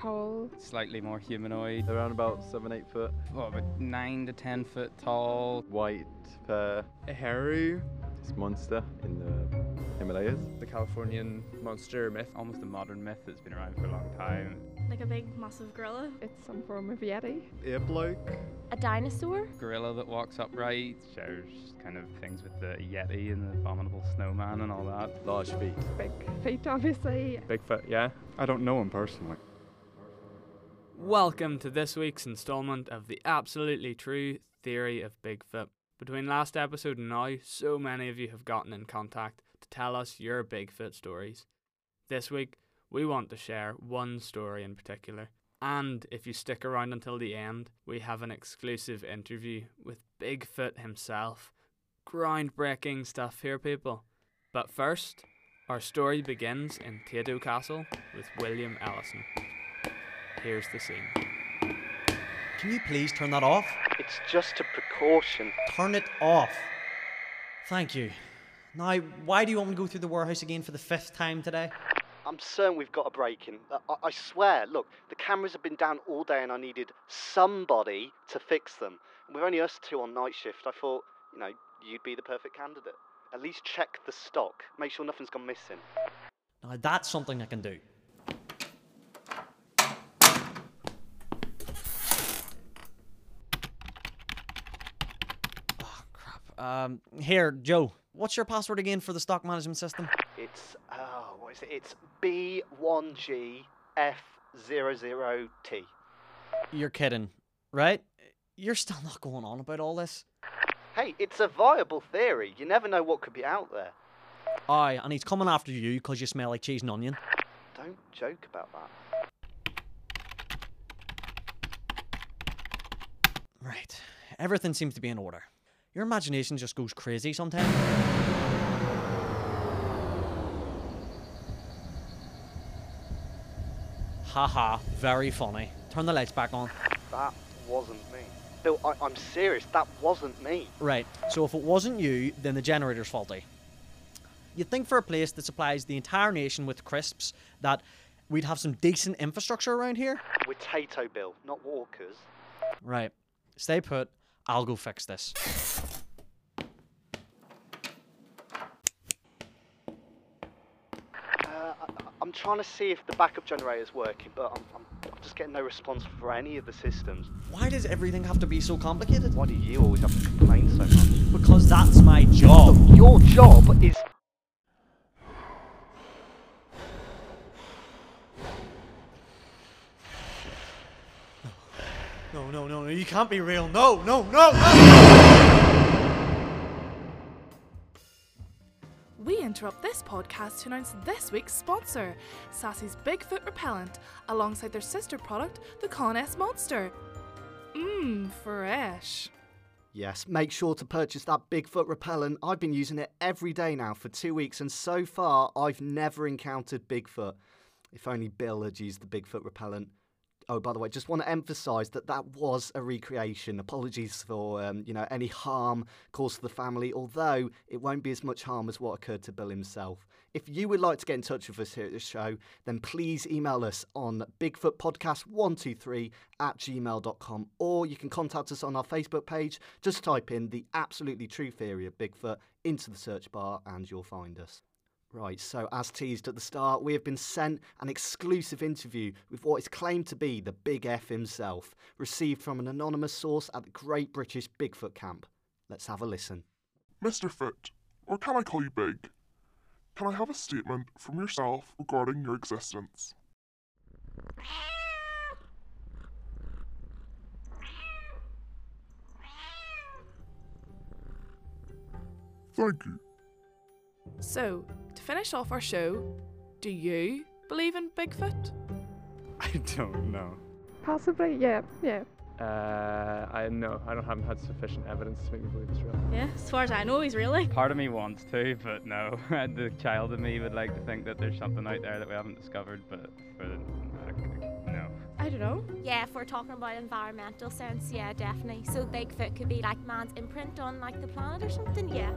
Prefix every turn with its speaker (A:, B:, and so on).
A: coal.
B: Slightly more humanoid.
C: Around about seven, eight foot.
B: What, about nine to ten foot tall.
C: White pear.
D: A Heru,
C: It's uh, monster in the Himalayas.
D: the Californian monster myth.
B: Almost a modern myth that's been around for a long time.
E: Like a big massive gorilla.
A: It's some form of yeti.
D: A bloke.
F: A dinosaur?
B: Gorilla that walks upright. Shares kind of things with the Yeti and the abominable snowman and all that.
C: Large feet.
A: Big feet, obviously.
D: Bigfoot, yeah.
G: I don't know him personally.
H: Welcome to this week's installment of the absolutely true theory of Bigfoot. Between last episode and now, so many of you have gotten in contact to tell us your Bigfoot stories. This week, we want to share one story in particular. And if you stick around until the end, we have an exclusive interview with Bigfoot himself. Groundbreaking stuff here, people. But first, our story begins in Tato Castle with William Ellison. Here's the scene.
I: Can you please turn that off?
J: It's just a precaution.
I: Turn it off. Thank you. Now, why do you want me to go through the warehouse again for the fifth time today?
J: I'm certain we've got a break in. I, I- I swear, look, the cameras have been down all day and I needed somebody to fix them. We're only us two on night shift. I thought, you know, you'd be the perfect candidate. At least check the stock. Make sure nothing's gone missing.
I: Now, that's something I can do. Oh, crap. Um, here, Joe, what's your password again for the stock management system?
J: It's, oh, what is it? It's B1GF00T.
I: You're kidding, right? You're still not going on about all this.
J: Hey, it's a viable theory. You never know what could be out there.
I: Aye, and he's coming after you 'cause you smell like cheese and onion.
J: Don't joke about that.
I: Right. Everything seems to be in order. Your imagination just goes crazy sometimes. Haha, very funny. Turn the lights back on.
J: That wasn't me. Bill, I, I'm serious. That wasn't me.
I: Right, so if it wasn't you, then the generator's faulty. You'd think for a place that supplies the entire nation with crisps that we'd have some decent infrastructure around here?
J: We're Tato Bill, not Walkers.
I: Right. Stay put. I'll go fix this.
J: Uh, I, I- I'm trying to see if the backup generator's working, but I'm, I'm, I'm just getting no response for any of the systems.
I: Why does everything have to be so complicated?
J: Why do you always have to complain so much?
I: Because that's my job.
J: Your job is.
I: No, no, no, no, you can't be real. No, no, no, no!
K: We interrupt this podcast to announce this week's sponsor, Sassy's Bigfoot Repellent, alongside their sister product, the Con S Monster. Mmm, fresh.
J: Yes, make sure to purchase that Bigfoot repellent. I've been using it every day now for two weeks, and so far I've never encountered Bigfoot. If only Bill had used the Bigfoot repellent. Oh, by the way, just want to emphasise that that was a recreation. Apologies for um, you know any harm caused to the family, although it won't be as much harm as what occurred to Bill himself. If you would like to get in touch with us here at the show, then please email us on bigfootpodcast123 at gmail.com or you can contact us on our Facebook page. Just type in the absolutely true theory of Bigfoot into the search bar and you'll find us. Right, so as teased at the start, we have been sent an exclusive interview with what is claimed to be the Big F himself, received from an anonymous source at the Great British Bigfoot Camp. Let's have a listen.
G: Mr. Foot, or can I call you Big? Can I have a statement from yourself regarding your existence? Thank you.
K: So, to finish off our show, do you believe in Bigfoot?
G: I don't know.
A: Possibly, yeah, yeah.
D: Uh, I no, I don't haven't had sufficient evidence to make me believe it's real.
E: Yeah, as far as I know, he's really.
B: Part of me wants to, but no. the child in me would like to think that there's something out there that we haven't discovered, but for the, no.
E: I don't know.
F: Yeah, if we're talking about environmental sense, yeah, definitely. So Bigfoot could be like man's imprint on like the planet or something, yeah.